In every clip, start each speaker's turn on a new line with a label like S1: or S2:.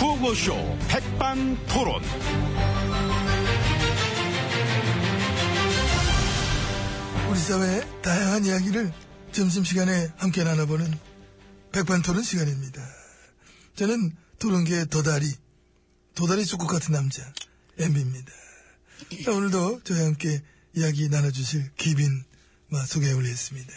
S1: 라디오쇼 백반토론.
S2: 우리 사회의 다양한 이야기를 점심시간에 함께 나눠보는 백반토론 시간입니다. 저는 토론계의 도다리, 도다리 쑥국 같은 남자, 엠비입니다. 자, 오늘도 저와 함께 이야기 나눠주실 귀빈 마, 소개 올렸습니다.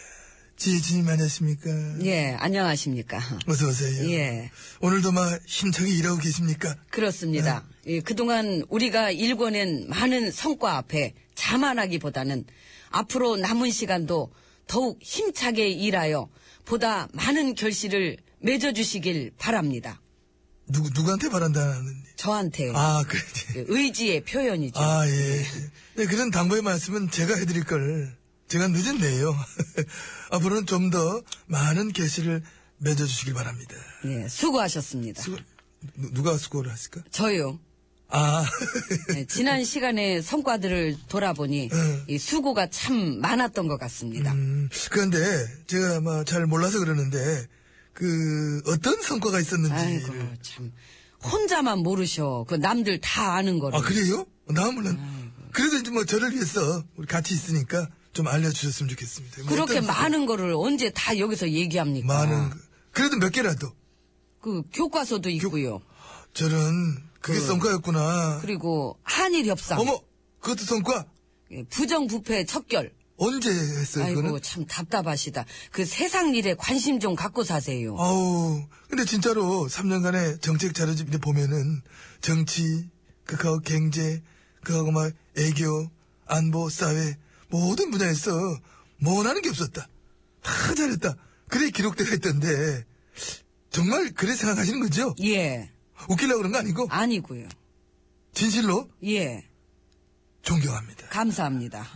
S2: 지혜진님 안녕하십니까?
S3: 예, 안녕하십니까.
S2: 어서오세요.
S3: 예.
S2: 오늘도 막 힘차게 일하고 계십니까?
S3: 그렇습니다. 예, 그동안 우리가 일궈낸 많은 성과 앞에 자만하기보다는 앞으로 남은 시간도 더욱 힘차게 일하여 보다 많은 결실을 맺어주시길 바랍니다.
S2: 누구, 누구한테 바란다는.
S3: 저한테
S2: 아, 그래.
S3: 그 의지의 표현이죠.
S2: 아, 예. 네, 그런 당부의 말씀은 제가 해드릴 걸. 제가 늦었네요. 앞으로는 좀 더 많은 개시를 맺어주시길 바랍니다.
S3: 예, 수고하셨습니다.
S2: 수고- 누- 누가 수고를 하실까?
S3: 저요.
S2: 아,
S3: 예, 지난 시간의 성과들을 돌아보니 이 수고가 참 많았던 것 같습니다.
S2: 음, 그런데 제가 아마 잘 몰라서 그러는데, 그, 어떤 성과가 있었는지.
S3: 아이고 참 혼자만 모르셔. 그 남들 다 아는 거를.
S2: 아, 그래요? 나 몰랐 그래도 이제 뭐 저를 위해서 우리 같이 있으니까 좀 알려주셨으면 좋겠습니다. 뭐
S3: 그렇게
S2: 어떤 성과-
S3: 많은 거를 언제 다 여기서 얘기합니까?
S2: 많은. 거- 그래도 몇 개라도.
S3: 그 교과서도 있고요.
S2: 저는 그게 성과였구나.
S3: 그리고 한일 협상,
S2: 어머! 그것도 성과?
S3: 예, 부정부패 척결.
S2: 언제 했어요,
S3: 아이고
S2: 네, 그거는?
S3: 참 답답하시다. 그 세상 일에 관심 좀 갖고 사세요.
S2: 아우, 근데 진짜로 3년간의 정책 자료집 이렇게 보면은 정치, 그하고 경제, 그하고 막 애교, 안보, 사회 모든 분야에서 원하는 게 없었다. 다 잘했다. 그래 기록되어 있던데 정말 그래 생각하시는 거죠?
S3: 예,
S2: 웃기려고 그런 거 아니고
S3: 아니고요.
S2: 진실로
S3: 예,
S2: 존경합니다.
S3: 감사합니다.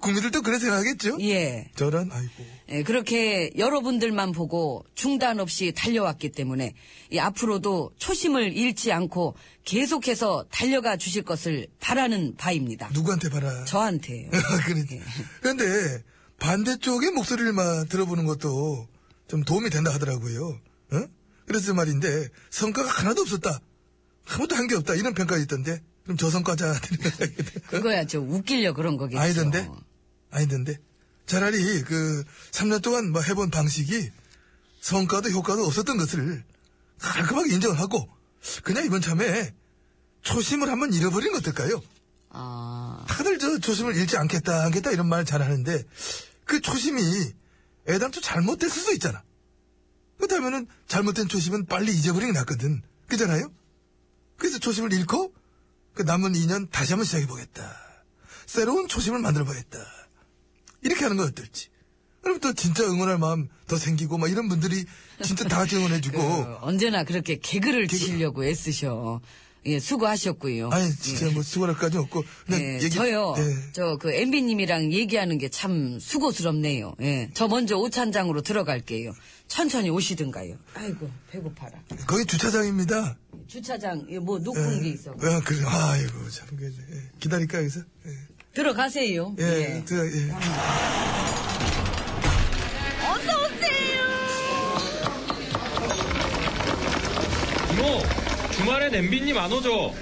S2: 국민들도 그래 생각하겠죠?
S3: 예.
S2: 저런 아이고.
S3: 예, 그렇게 여러분들만 보고 중단 없이 달려왔기 때문에 이 앞으로도 초심을 잃지 않고 계속해서 달려가 주실 것을 바라는 바입니다.
S2: 누구한테 봐라.
S3: 저한테요.
S2: 아, 그러지. 그런데 그러니까. 반대쪽의 목소리를 막 들어보는 것도 좀 도움이 된다 하더라고요. 어? 그래서 말인데 성과가 하나도 없었다. 아무도 한 게 없다. 이런 평가가 있던데. 그럼 저성과자들이
S3: 그거야 저 웃기려 그런 거겠죠.
S2: 아니던데? 아니던데? 차라리 그 3년 동안 뭐 해본 방식이 성과도 효과도 없었던 것을 깔끔하게 인정을 하고 그냥 이번 참에 초심을 한번 잃어버리는 것 어떨까요?
S3: 아,
S2: 다들 저 초심을 잃지 않겠다, 않겠다 이런 말 잘하는데 그 초심이 애당초 잘못됐을 수도 있잖아. 그렇다면은 잘못된 초심은 빨리 잊어버리는 게 낫거든. 그잖아요? 그래서 초심을 잃고 그 남은 2년 다시 한번 시작해보겠다. 새로운 초심을 만들어보겠다. 이렇게 하는 건 어떨지. 그럼 또 진짜 응원할 마음 더 생기고 막 이런 분들이 진짜 다 같이
S3: 그,
S2: 응원해주고
S3: 언제나 그렇게 개그를 치려고 애쓰셔. 예, 수고하셨고요.
S2: 아니 진짜 뭐 수고할 까지 없고 그냥
S3: 예,
S2: 얘기-
S3: 저요.
S2: 예.
S3: 저 그 엠비님이랑 얘기하는 게 참 수고스럽네요. 예, 저 먼저 오찬장으로 들어갈게요. 천천히 오시든가요. 아이고 배고파라.
S2: 거기 주차장입니다.
S3: 주차장 이뭐 녹은 게 있어.
S2: 아, 그래. 아이고, 참. 그, 예. 기다릴까, 여기서? 예.
S3: 들어가세요.
S2: 예,
S3: 예.
S2: 저, 예.
S4: 이모, 뭐, 주말에 냄비님 안 오죠?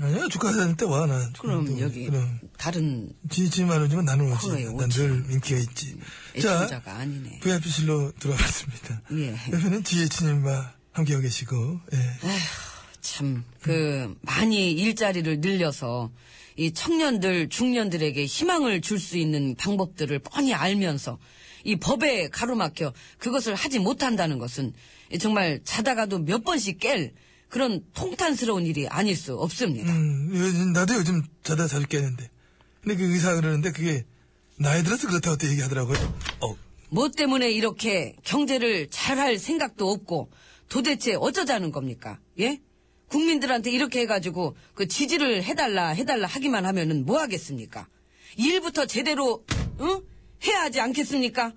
S2: 아니야, 주가 다닐 때 와, 나.
S3: 그럼 여기
S2: 그럼.
S3: 다른
S2: 지지만 오지만 나는 오지.
S3: 그래, 오지.
S2: 난늘 인기가 있지.
S3: 애청자가 아니네.
S2: VIP실로 들어왔습니다.
S3: 예.
S2: 옆에는 지혜친님과 함께하고 계시고, 예.
S3: 참 그 많이 일자리를 늘려서 이 청년들 중년들에게 희망을 줄 수 있는 방법들을 뻔히 알면서 이 법에 가로막혀 그것을 하지 못한다는 것은 정말 자다가도 몇 번씩 깰 그런 통탄스러운 일이 아닐 수 없습니다.
S2: 음, 요- 나도 요즘 자다 자주 깨는데. 근데 그 의사 그러는데 그게 나이 들어서 그렇다고 또 얘기하더라고요. 어,
S3: 뭐 때문에 이렇게 경제를 잘할 생각도 없고 도대체 어쩌자는 겁니까? 예? 국민들한테 이렇게 해가지고 그 지지를 해달라 해달라 하기만 하면은 뭐 하겠습니까? 일부터 제대로 응? 해야 하지 않겠습니까?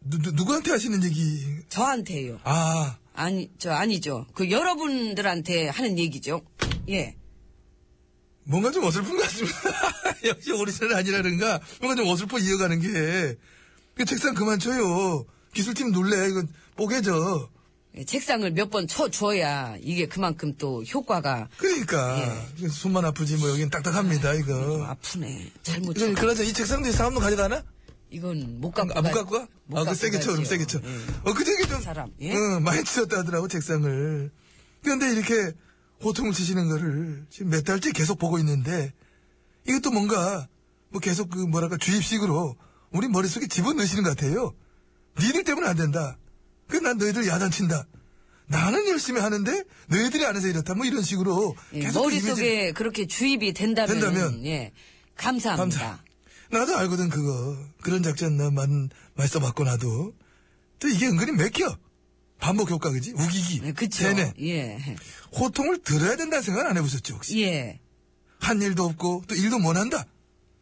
S2: 누, 누, 누구한테 하시는 얘기?
S3: 저한테요.
S2: 아,
S3: 아니 저 아니죠. 그 여러분들한테 하는 얘기죠. 예.
S2: 뭔가 좀 어설픈 것 같습니다. 역시 오리지널 아니라는가. 뭔가 좀 어설퍼 이어가는 게. 그 책상 그만 쳐요. 기술팀 놀래. 이건 뽀개져.
S3: 책상을 몇 번 쳐줘야 이게 그만큼 또 효과가
S2: 그러니까 손만 아프지 뭐 여긴 딱딱합니다
S3: 좀
S2: 이거.
S3: 예. 아프네. 잘못 쳐.
S2: 이거 어. 그러자 이 책상 뒤에 사람도 가져가나?
S3: 이건 못 갖고
S2: 그러니까 아, 못
S3: 가-
S2: 갖고 가?
S3: 못
S2: 아,
S3: 갖고
S2: 그 세게 쳐,
S3: 가지요.
S2: 그럼 세게 쳐.
S3: 예.
S2: 어, 그 되게 좀.
S3: 사람, 예?
S2: 응, 많이 치셨다 하더라고, 책상을. 그런데 이렇게 호통을 치시는 거를 지금 몇 달째 계속 보고 있는데, 이것도 뭔가, 뭐 계속 그 뭐랄까, 주입식으로 우리 머릿속에 집어넣으시는 것 같아요. 니들 때문에 안 된다. 그 난 너희들 야단친다. 나는 열심히 하는데, 너희들이 안 해서 이렇다. 뭐 이런 식으로.
S3: 예,
S2: 계속 그 이미지를-
S3: 머릿속에 그렇게 주입이 된다면,
S2: 된다면.
S3: 예, 감사합니다.
S2: 감사. 나도 알거든 그거 그런 작전 나만 맛있어 봤고 나도 또 이게 은근히 맥혀 반복 효과 그지 우기기
S3: 네, 그쵸.
S2: 세뇌.
S3: 예.
S2: 호통을 들어야 된다는 생각 안 해보셨죠 혹시
S3: 예.
S2: 한 일도 없고 또 일도 못 한다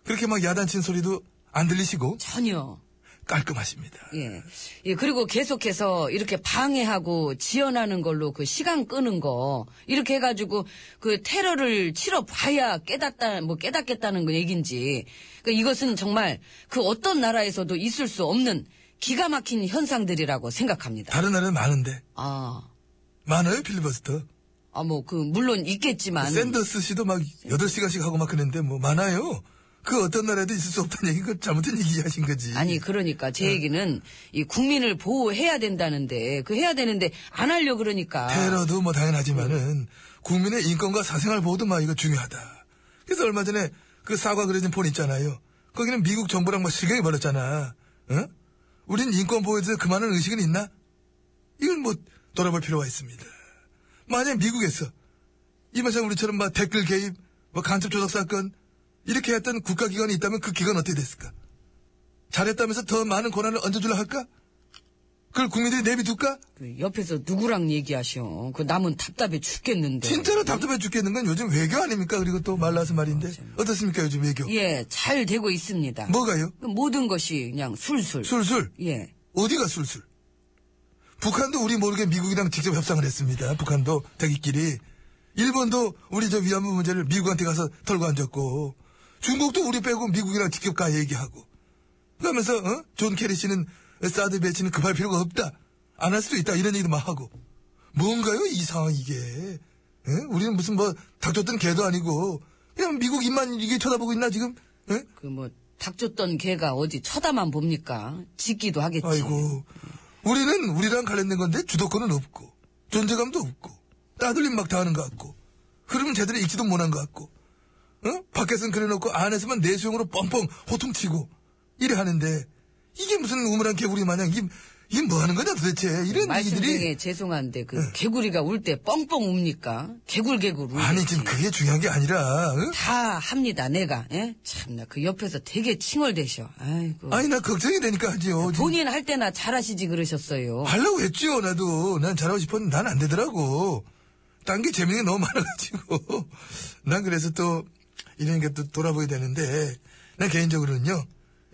S2: 그렇게 막 야단친 소리도 안 들리시고
S3: 전혀.
S2: 깔끔하십니다
S3: 예. 예, 그리고 계속해서 이렇게 방해하고 지연하는 걸로 그 시간 끄는 거, 이렇게 해가지고 그 테러를 치러 봐야 깨닫다, 뭐 깨닫겠다는 그 얘기인지. 그 이것은 정말 그 어떤 나라에서도 있을 수 없는 기가 막힌 현상들이라고 생각합니다.
S2: 다른 나라는 많은데
S3: 아,
S2: 많아요 필리버스터
S3: 아, 뭐, 그, 물론 있겠지만.
S2: 샌더스 씨도 막 8시간씩 하고 막 그랬는데 뭐 많아요 그 어떤 나라에도 있을 수 없다는 얘기 그 잘못된 얘기 하신 거지
S3: 아니 그러니까
S2: 음.
S3: 제 얘기는 이 국민을 보호해야 된다는데 그 해야 되는데 안 하려 그러니까
S2: 테러도 뭐 당연하지만은 국민의 인권과 사생활 보호도 막 이거 중요하다. 그래서 얼마 전에 그 사과 그려진 폰 있잖아요. 거기는 미국 정부랑 막 실경이 벌었잖아. 응? 우린 인권 보호에 대해서 그만한 의식은 있나? 이건 뭐 돌아볼 필요가 있습니다. 만약 미국에서 이마상 우리처럼 막 댓글 개입, 뭐 간첩 조작 사건 이렇게 했던 국가기관이 있다면 그 기관 어떻게 됐을까? 잘했다면서 더 많은 권한을 얹어주려 할까? 그걸 국민들이 내비둘까?
S3: 그 옆에서 누구랑 얘기하시오 그 남은 답답해 죽겠는데
S2: 진짜로 답답해 죽겠는 건 요즘 외교 아닙니까? 그리고 또 말라서 말인데. 어떻습니까, 요즘 외교?
S3: 예잘 되고 있습니다
S2: 뭐가요?
S3: 그 모든 것이 그냥 술술
S2: 술술.
S3: 예
S2: 어디가 술술? 북한도 우리 모르게 미국이랑 직접 협상을 했습니다. 북한도 자기끼리. 일본도 우리 저 위안부 문제를 미국한테 가서 털고 앉았고. 중국도 우리 빼고 미국이랑 직접 가 얘기하고. 그러면서, 어? 존 캐리 씨는 사드 배치는 급할 필요가 없다. 안 할 수도 있다. 이런 얘기도 막 하고. 뭔가요, 이 상황, 이게. 예? 우리는 무슨 뭐, 닥쳤던 개도 아니고. 그냥 미국 입만 이게 쳐다보고 있나, 지금? 예?
S3: 그 뭐 닥쳤던 개가 어디 쳐다만 봅니까 짖기도 하겠지
S2: 아이고. 우리는 우리랑 관련된 건데 주도권은 없고, 존재감도 없고, 따돌림 막 당하는 것 같고, 흐름은 제대로 읽지도 못한 것 같고, 어? 밖에서는 그래놓고 안에서만 내수용으로 뻥뻥 호통치고, 이래 하는데, 이게 무슨 우물한 개구리 마냥, 이게, 이게 뭐 하는 거냐 도대체. 이런
S3: 말씀
S2: 얘기들이. 예.
S3: 중에 죄송한데 그 개구리가 울 때 뻥뻥 웁니까 개굴개굴 울겠지
S2: 아니, 지금 그게 중요한 게 아니라, 어?
S3: 다 합니다, 내가. 예? 참나, 그 옆에서 되게 칭얼대셔. 아이고.
S2: 아니, 나 걱정이 되니까 하지요. 아.
S3: 본인 할 때나 잘하시지 그러셨어요.
S2: 하려고 했죠, 나도. 난 잘하고 싶었는데 난 안 되더라고. 딴 게 재밌는 게 너무 많아가지고. 난 그래서 또, 이런 게 또 돌아보게 되는데, 난 개인적으로는요,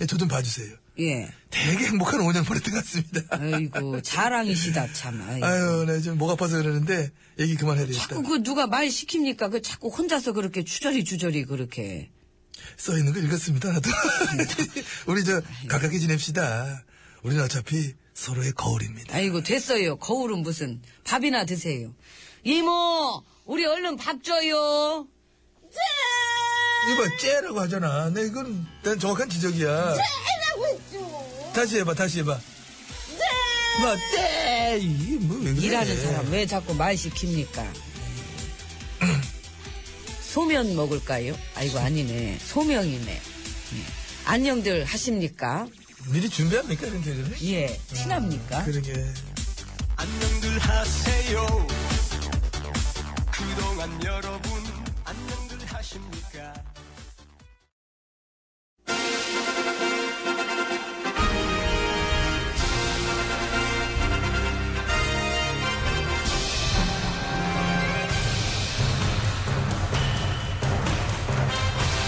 S2: 저 좀 봐주세요.
S3: 예.
S2: 되게 행복한 5년 보냈던 것 같습니다.
S3: 아이고, 자랑이시다, 참. 아이고.
S2: 아유, 나 지금 목 아파서 그러는데, 얘기 그만해야 되겠다.
S3: 네. 자꾸 그 누가 말 시킵니까? 그 자꾸 혼자서 그렇게 주저리주저리 그렇게.
S2: 써 있는 거 읽었습니다, 나도.
S3: 네.
S2: 우리
S3: 아,
S2: 저,
S3: 예.
S2: 가깝게 지냅시다. 우리는 어차피 서로의 거울입니다.
S3: 아이고, 됐어요. 거울은 무슨. 밥이나 드세요. 이모! 우리 얼른 밥 줘요!
S2: 이봐, 째라고 하잖아. 내 이건, 난 정확한 지적이야. 다시 해봐, 다시 해봐. 뭐, 때! 이게 뭐, 왜 그래?
S3: 일하는 사람 왜 자꾸 말 시킵니까? 소면 먹을까요? 아이고 아니네 소명이네. 예. 안녕들 하십니까?
S2: 미리 준비합니까, 이런 대전에?
S3: 예 친합니까?
S2: 그러게.
S5: 안녕들 하세요. 그동안 여러분 안녕들 하십니까?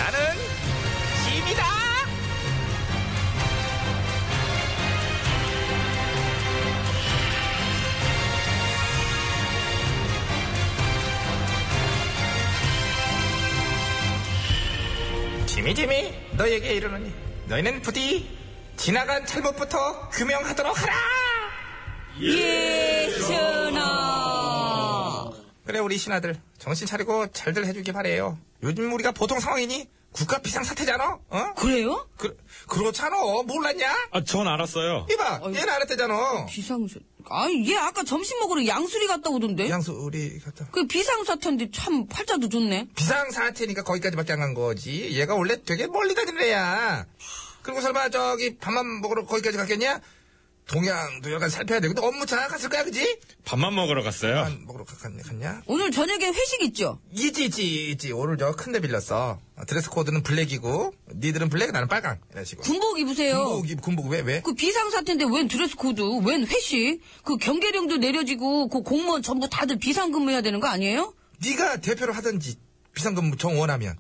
S1: 나는 짐이다.
S6: 짐이 짐이 너에게 이르노니 너희는 부디 지나간 잘못부터 규명하도록 하라
S3: 예천아.
S2: 그래 우리 신하들 정신 차리고 잘들 해주길 바래요. 요즘 우리가 보통 상황이니 국가 비상 사태잖아. 어?
S3: 그래요?
S2: 그 그렇잖아. 몰랐냐?
S4: 아, 전 알았어요.
S2: 이봐 얘는 알았대잖아.
S3: 비상사. 아니 얘 아까 점심 먹으러 양수리 갔다 오던데.
S7: 양수 우리 갔다.
S3: 그 비상사태인데 참 팔자도 좋네.
S2: 비상 사태니까 거기까지밖에 안 간 거지. 얘가 원래 되게 멀리 다니는 애야. 그리고 설마 저기 밥만 먹으러 거기까지 갔겠냐? 동양도 약간 살펴야 되고 또 업무차 갔을 거야 그지?
S4: 밥만 먹으러 갔어요.
S2: 밥 먹으러 갔- 갔- 갔냐?
S3: 오늘 저녁에 회식 있죠?
S2: 있지 있지 있지 오늘 저 큰 데 빌렸어 어, 드레스 코드는 블랙이고 니들은 블랙 나는 빨강 이런 식으로
S3: 군복 입으세요.
S2: 군복 입- 군복 왜 왜?
S3: 그 비상사태인데 웬 드레스 코드, 웬 회식? 그 경계령도 내려지고 그 공무원 전부 다들 비상근무해야 되는 거 아니에요?
S2: 네가 대표로 하든지 비상근무 정원하면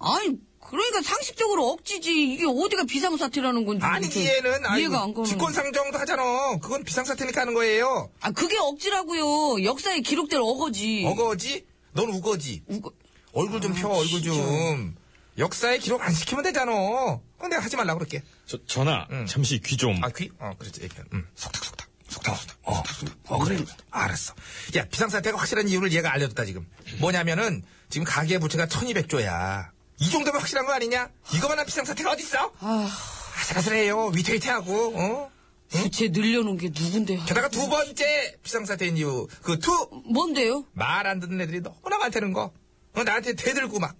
S3: 아니 그러니까 상식적으로 억지지 이게 어디가 비상사태라는 건지
S2: 아니지
S3: 이렇게
S2: 얘는
S3: 그 이해가 안
S2: 아이고
S3: 가는.
S2: 직권상정도 하잖아 그건 비상사태니까 하는 거예요
S3: 아 그게 억지라고요. 역사에 기록될 어거지.
S2: 어거지? 넌 우거지?
S3: 우거-
S2: 얼굴 좀 펴 얼굴 좀 역사에 기록 안 시키면 되잖아 어, 내가 하지 말라고 그럴게
S4: 저, 전화,
S2: 응.
S4: 잠시 귀 좀.
S2: 아 귀? 어 그렇지 얘기해 음. 속닥 속닥 속닥 속닥 어, 속닥 속닥 어 그래 그래. 알았어 야 비상사태가 확실한 이유를 얘가 알려줬다 지금 뭐냐면은 지금 가계부채가 1200조야 이 정도면 확실한 거 아니냐 이거만한 비상사태가 어딨어
S3: 아
S2: 아슬아슬해요 위태위태하고 어?
S3: 부채 늘려놓은 게 누군데요?
S2: 게다가 두 번째 비상사태인 이유 그 투 말 안
S3: 뭔데요?
S2: 듣는 애들이 너무나 많다는 거 어, 나한테 대들고 막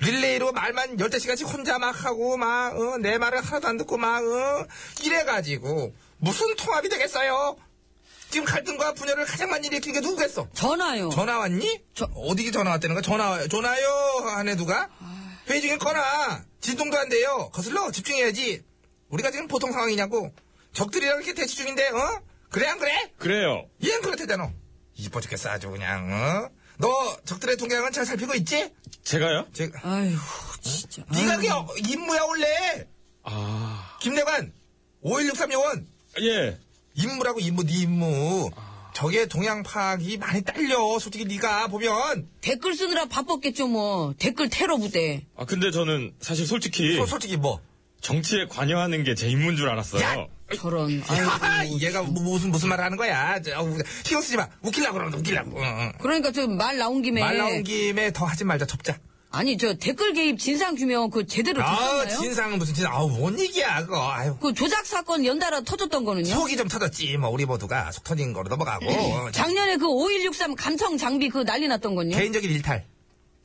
S2: 릴레이로 말만 열댓 시간씩 혼자 막 하고 막 어, 내 말을 하나도 안 듣고 막 어, 이래가지고 무슨 통합이 되겠어요 지금 갈등과 분열을 가장 많이 일으킨 게 누구겠어
S3: 전화요.
S2: 전화 왔니? 어디게 전화 왔다는 거야 전화 전화요 하네 누가 회의 중에 꺼나 진동도 안 돼요 거슬러 집중해야지 우리가 지금 보통 상황이냐고 적들이랑 이렇게 대치 중인데 어 그래 안 그래?
S4: 그래요.
S2: 얘는 그렇대잖아. 이뻐 죽겠어, 아주 그냥, 어? 너 적들의 동향은 잘 살피고 있지?
S4: 제가요?
S2: 제,
S3: 아휴 진짜.
S2: 네가
S3: 아유.
S2: 그게 어- 임무야, 원래!
S4: 아,
S2: 김내관, 516 3요원,
S4: 예.
S2: 임무라고, 임무, 네 임무. 적의 동향 파악이 많이 딸려, 솔직히 네가 보면.
S3: 댓글 쓰느라 바빴겠죠 뭐. 댓글 테러 부대.
S4: 아, 근데 저는 사실 솔직히
S2: 소- 솔직히 뭐.
S4: 정치에 관여하는 게 제 임무인 줄 알았어요.
S2: 야!
S3: 저런.
S2: 하하,
S3: 아이고.
S2: 얘가 무- 무슨, 무슨 말을 하는 거야. 저, 어, 신경 쓰지 마. 웃기려고 그러는데, 웃기려고. 응, 응.
S3: 그러니까 저 말 나온 김에
S2: 말 나온 김에 더 하지 말자, 접자.
S3: 아니 저 댓글 개입 진상 규명 그 제대로
S2: 아
S3: 됐었나요?
S2: 진상은 무슨 진상. 아우, 뭔 얘기야, 그거. 아유.
S3: 그 조작 사건 연달아 터졌던 거는요? 음.
S2: 속이 좀 터졌지. 뭐 우리 모두가 속 터진 거로 넘어가고 어, 자-
S3: 작년에 그 5163 감청 장비 그 난리 났던 건요?
S2: 개인적인 일탈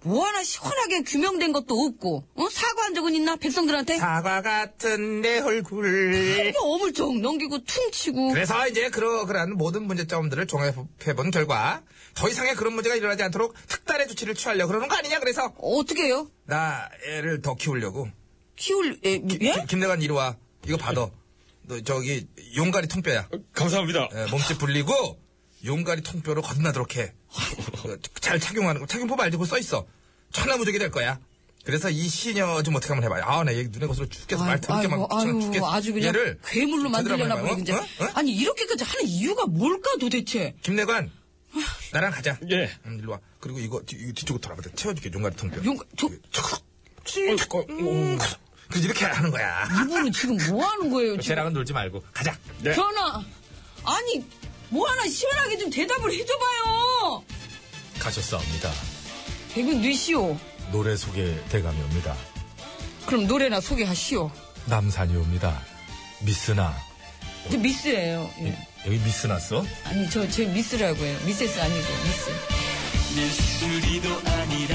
S3: 뭐 하나 시원하게 규명된 것도 없고 어? 사과한 적은 있나 백성들한테?
S2: 사과 같은 내 얼굴.
S3: 이게 어물쩍 넘기고 퉁치고
S2: 그래서 이제 그러 그러한 모든 문제점들을 종합해본 결과 더 이상의 그런 문제가 일어나지 않도록 특단의 조치를 취하려 그러는 거 아니냐? 그래서
S3: 어떻게 해요?
S2: 나 애를 더 키우려고
S3: 키울 에, 예?
S2: 김- 김내관 이리 와 이거 받아. 너 저기 용가리 통뼈야.
S4: 어, 감사합니다.
S2: 에, 예, 몸집 불리고 용가리 통뼈로 거듭나도록 해. 어, 잘 착용하는 거. 착용법 알지? 그거 써 있어. 천하무적이 될 거야. 그래서 이 시녀 좀 어떻게 한번 해봐요. 아, 나 얘 눈에 거슬러 죽겠어. 말 더럽게 막
S3: 아유,
S2: 죽겠- 죽겠어.
S3: 아주 그냥
S2: 얘를 제대로 한번
S3: 괴물로 만들려나
S2: 해봐요.
S3: 보네 진짜
S2: 어? 어?
S3: 아니 이렇게까지 하는 이유가 뭘까 도대체
S2: 김내관, 나랑 가자.
S4: 예.
S2: 음, 일로 와. 그리고 이거, 뒤, 이거 뒤쪽으로 돌아봐. 채워줄게. 용가리 통뼈. 그,
S3: 용- 저-
S2: 척. 척. 음, 그래서 이렇게 하는 거야.
S3: 이분은 지금 뭐 하는 거예요 지금
S2: 쟤랑은 놀지 말고 가자.
S4: 네.
S3: 전화 아니 뭐 하나 시원하게 좀 대답을 해줘봐요
S8: 가셨사옵니다.
S3: 대군 뉘시오
S8: 노래 소개 대감이옵니다.
S3: 그럼 노래나 소개하시오
S8: 남산이옵니다. 미스나.
S3: 저 미스예요 예.
S8: 여기 미스나 써?
S3: 아니 저 제 미스라고 해요 미세스 아니고 미스
S5: 미스리도 아니라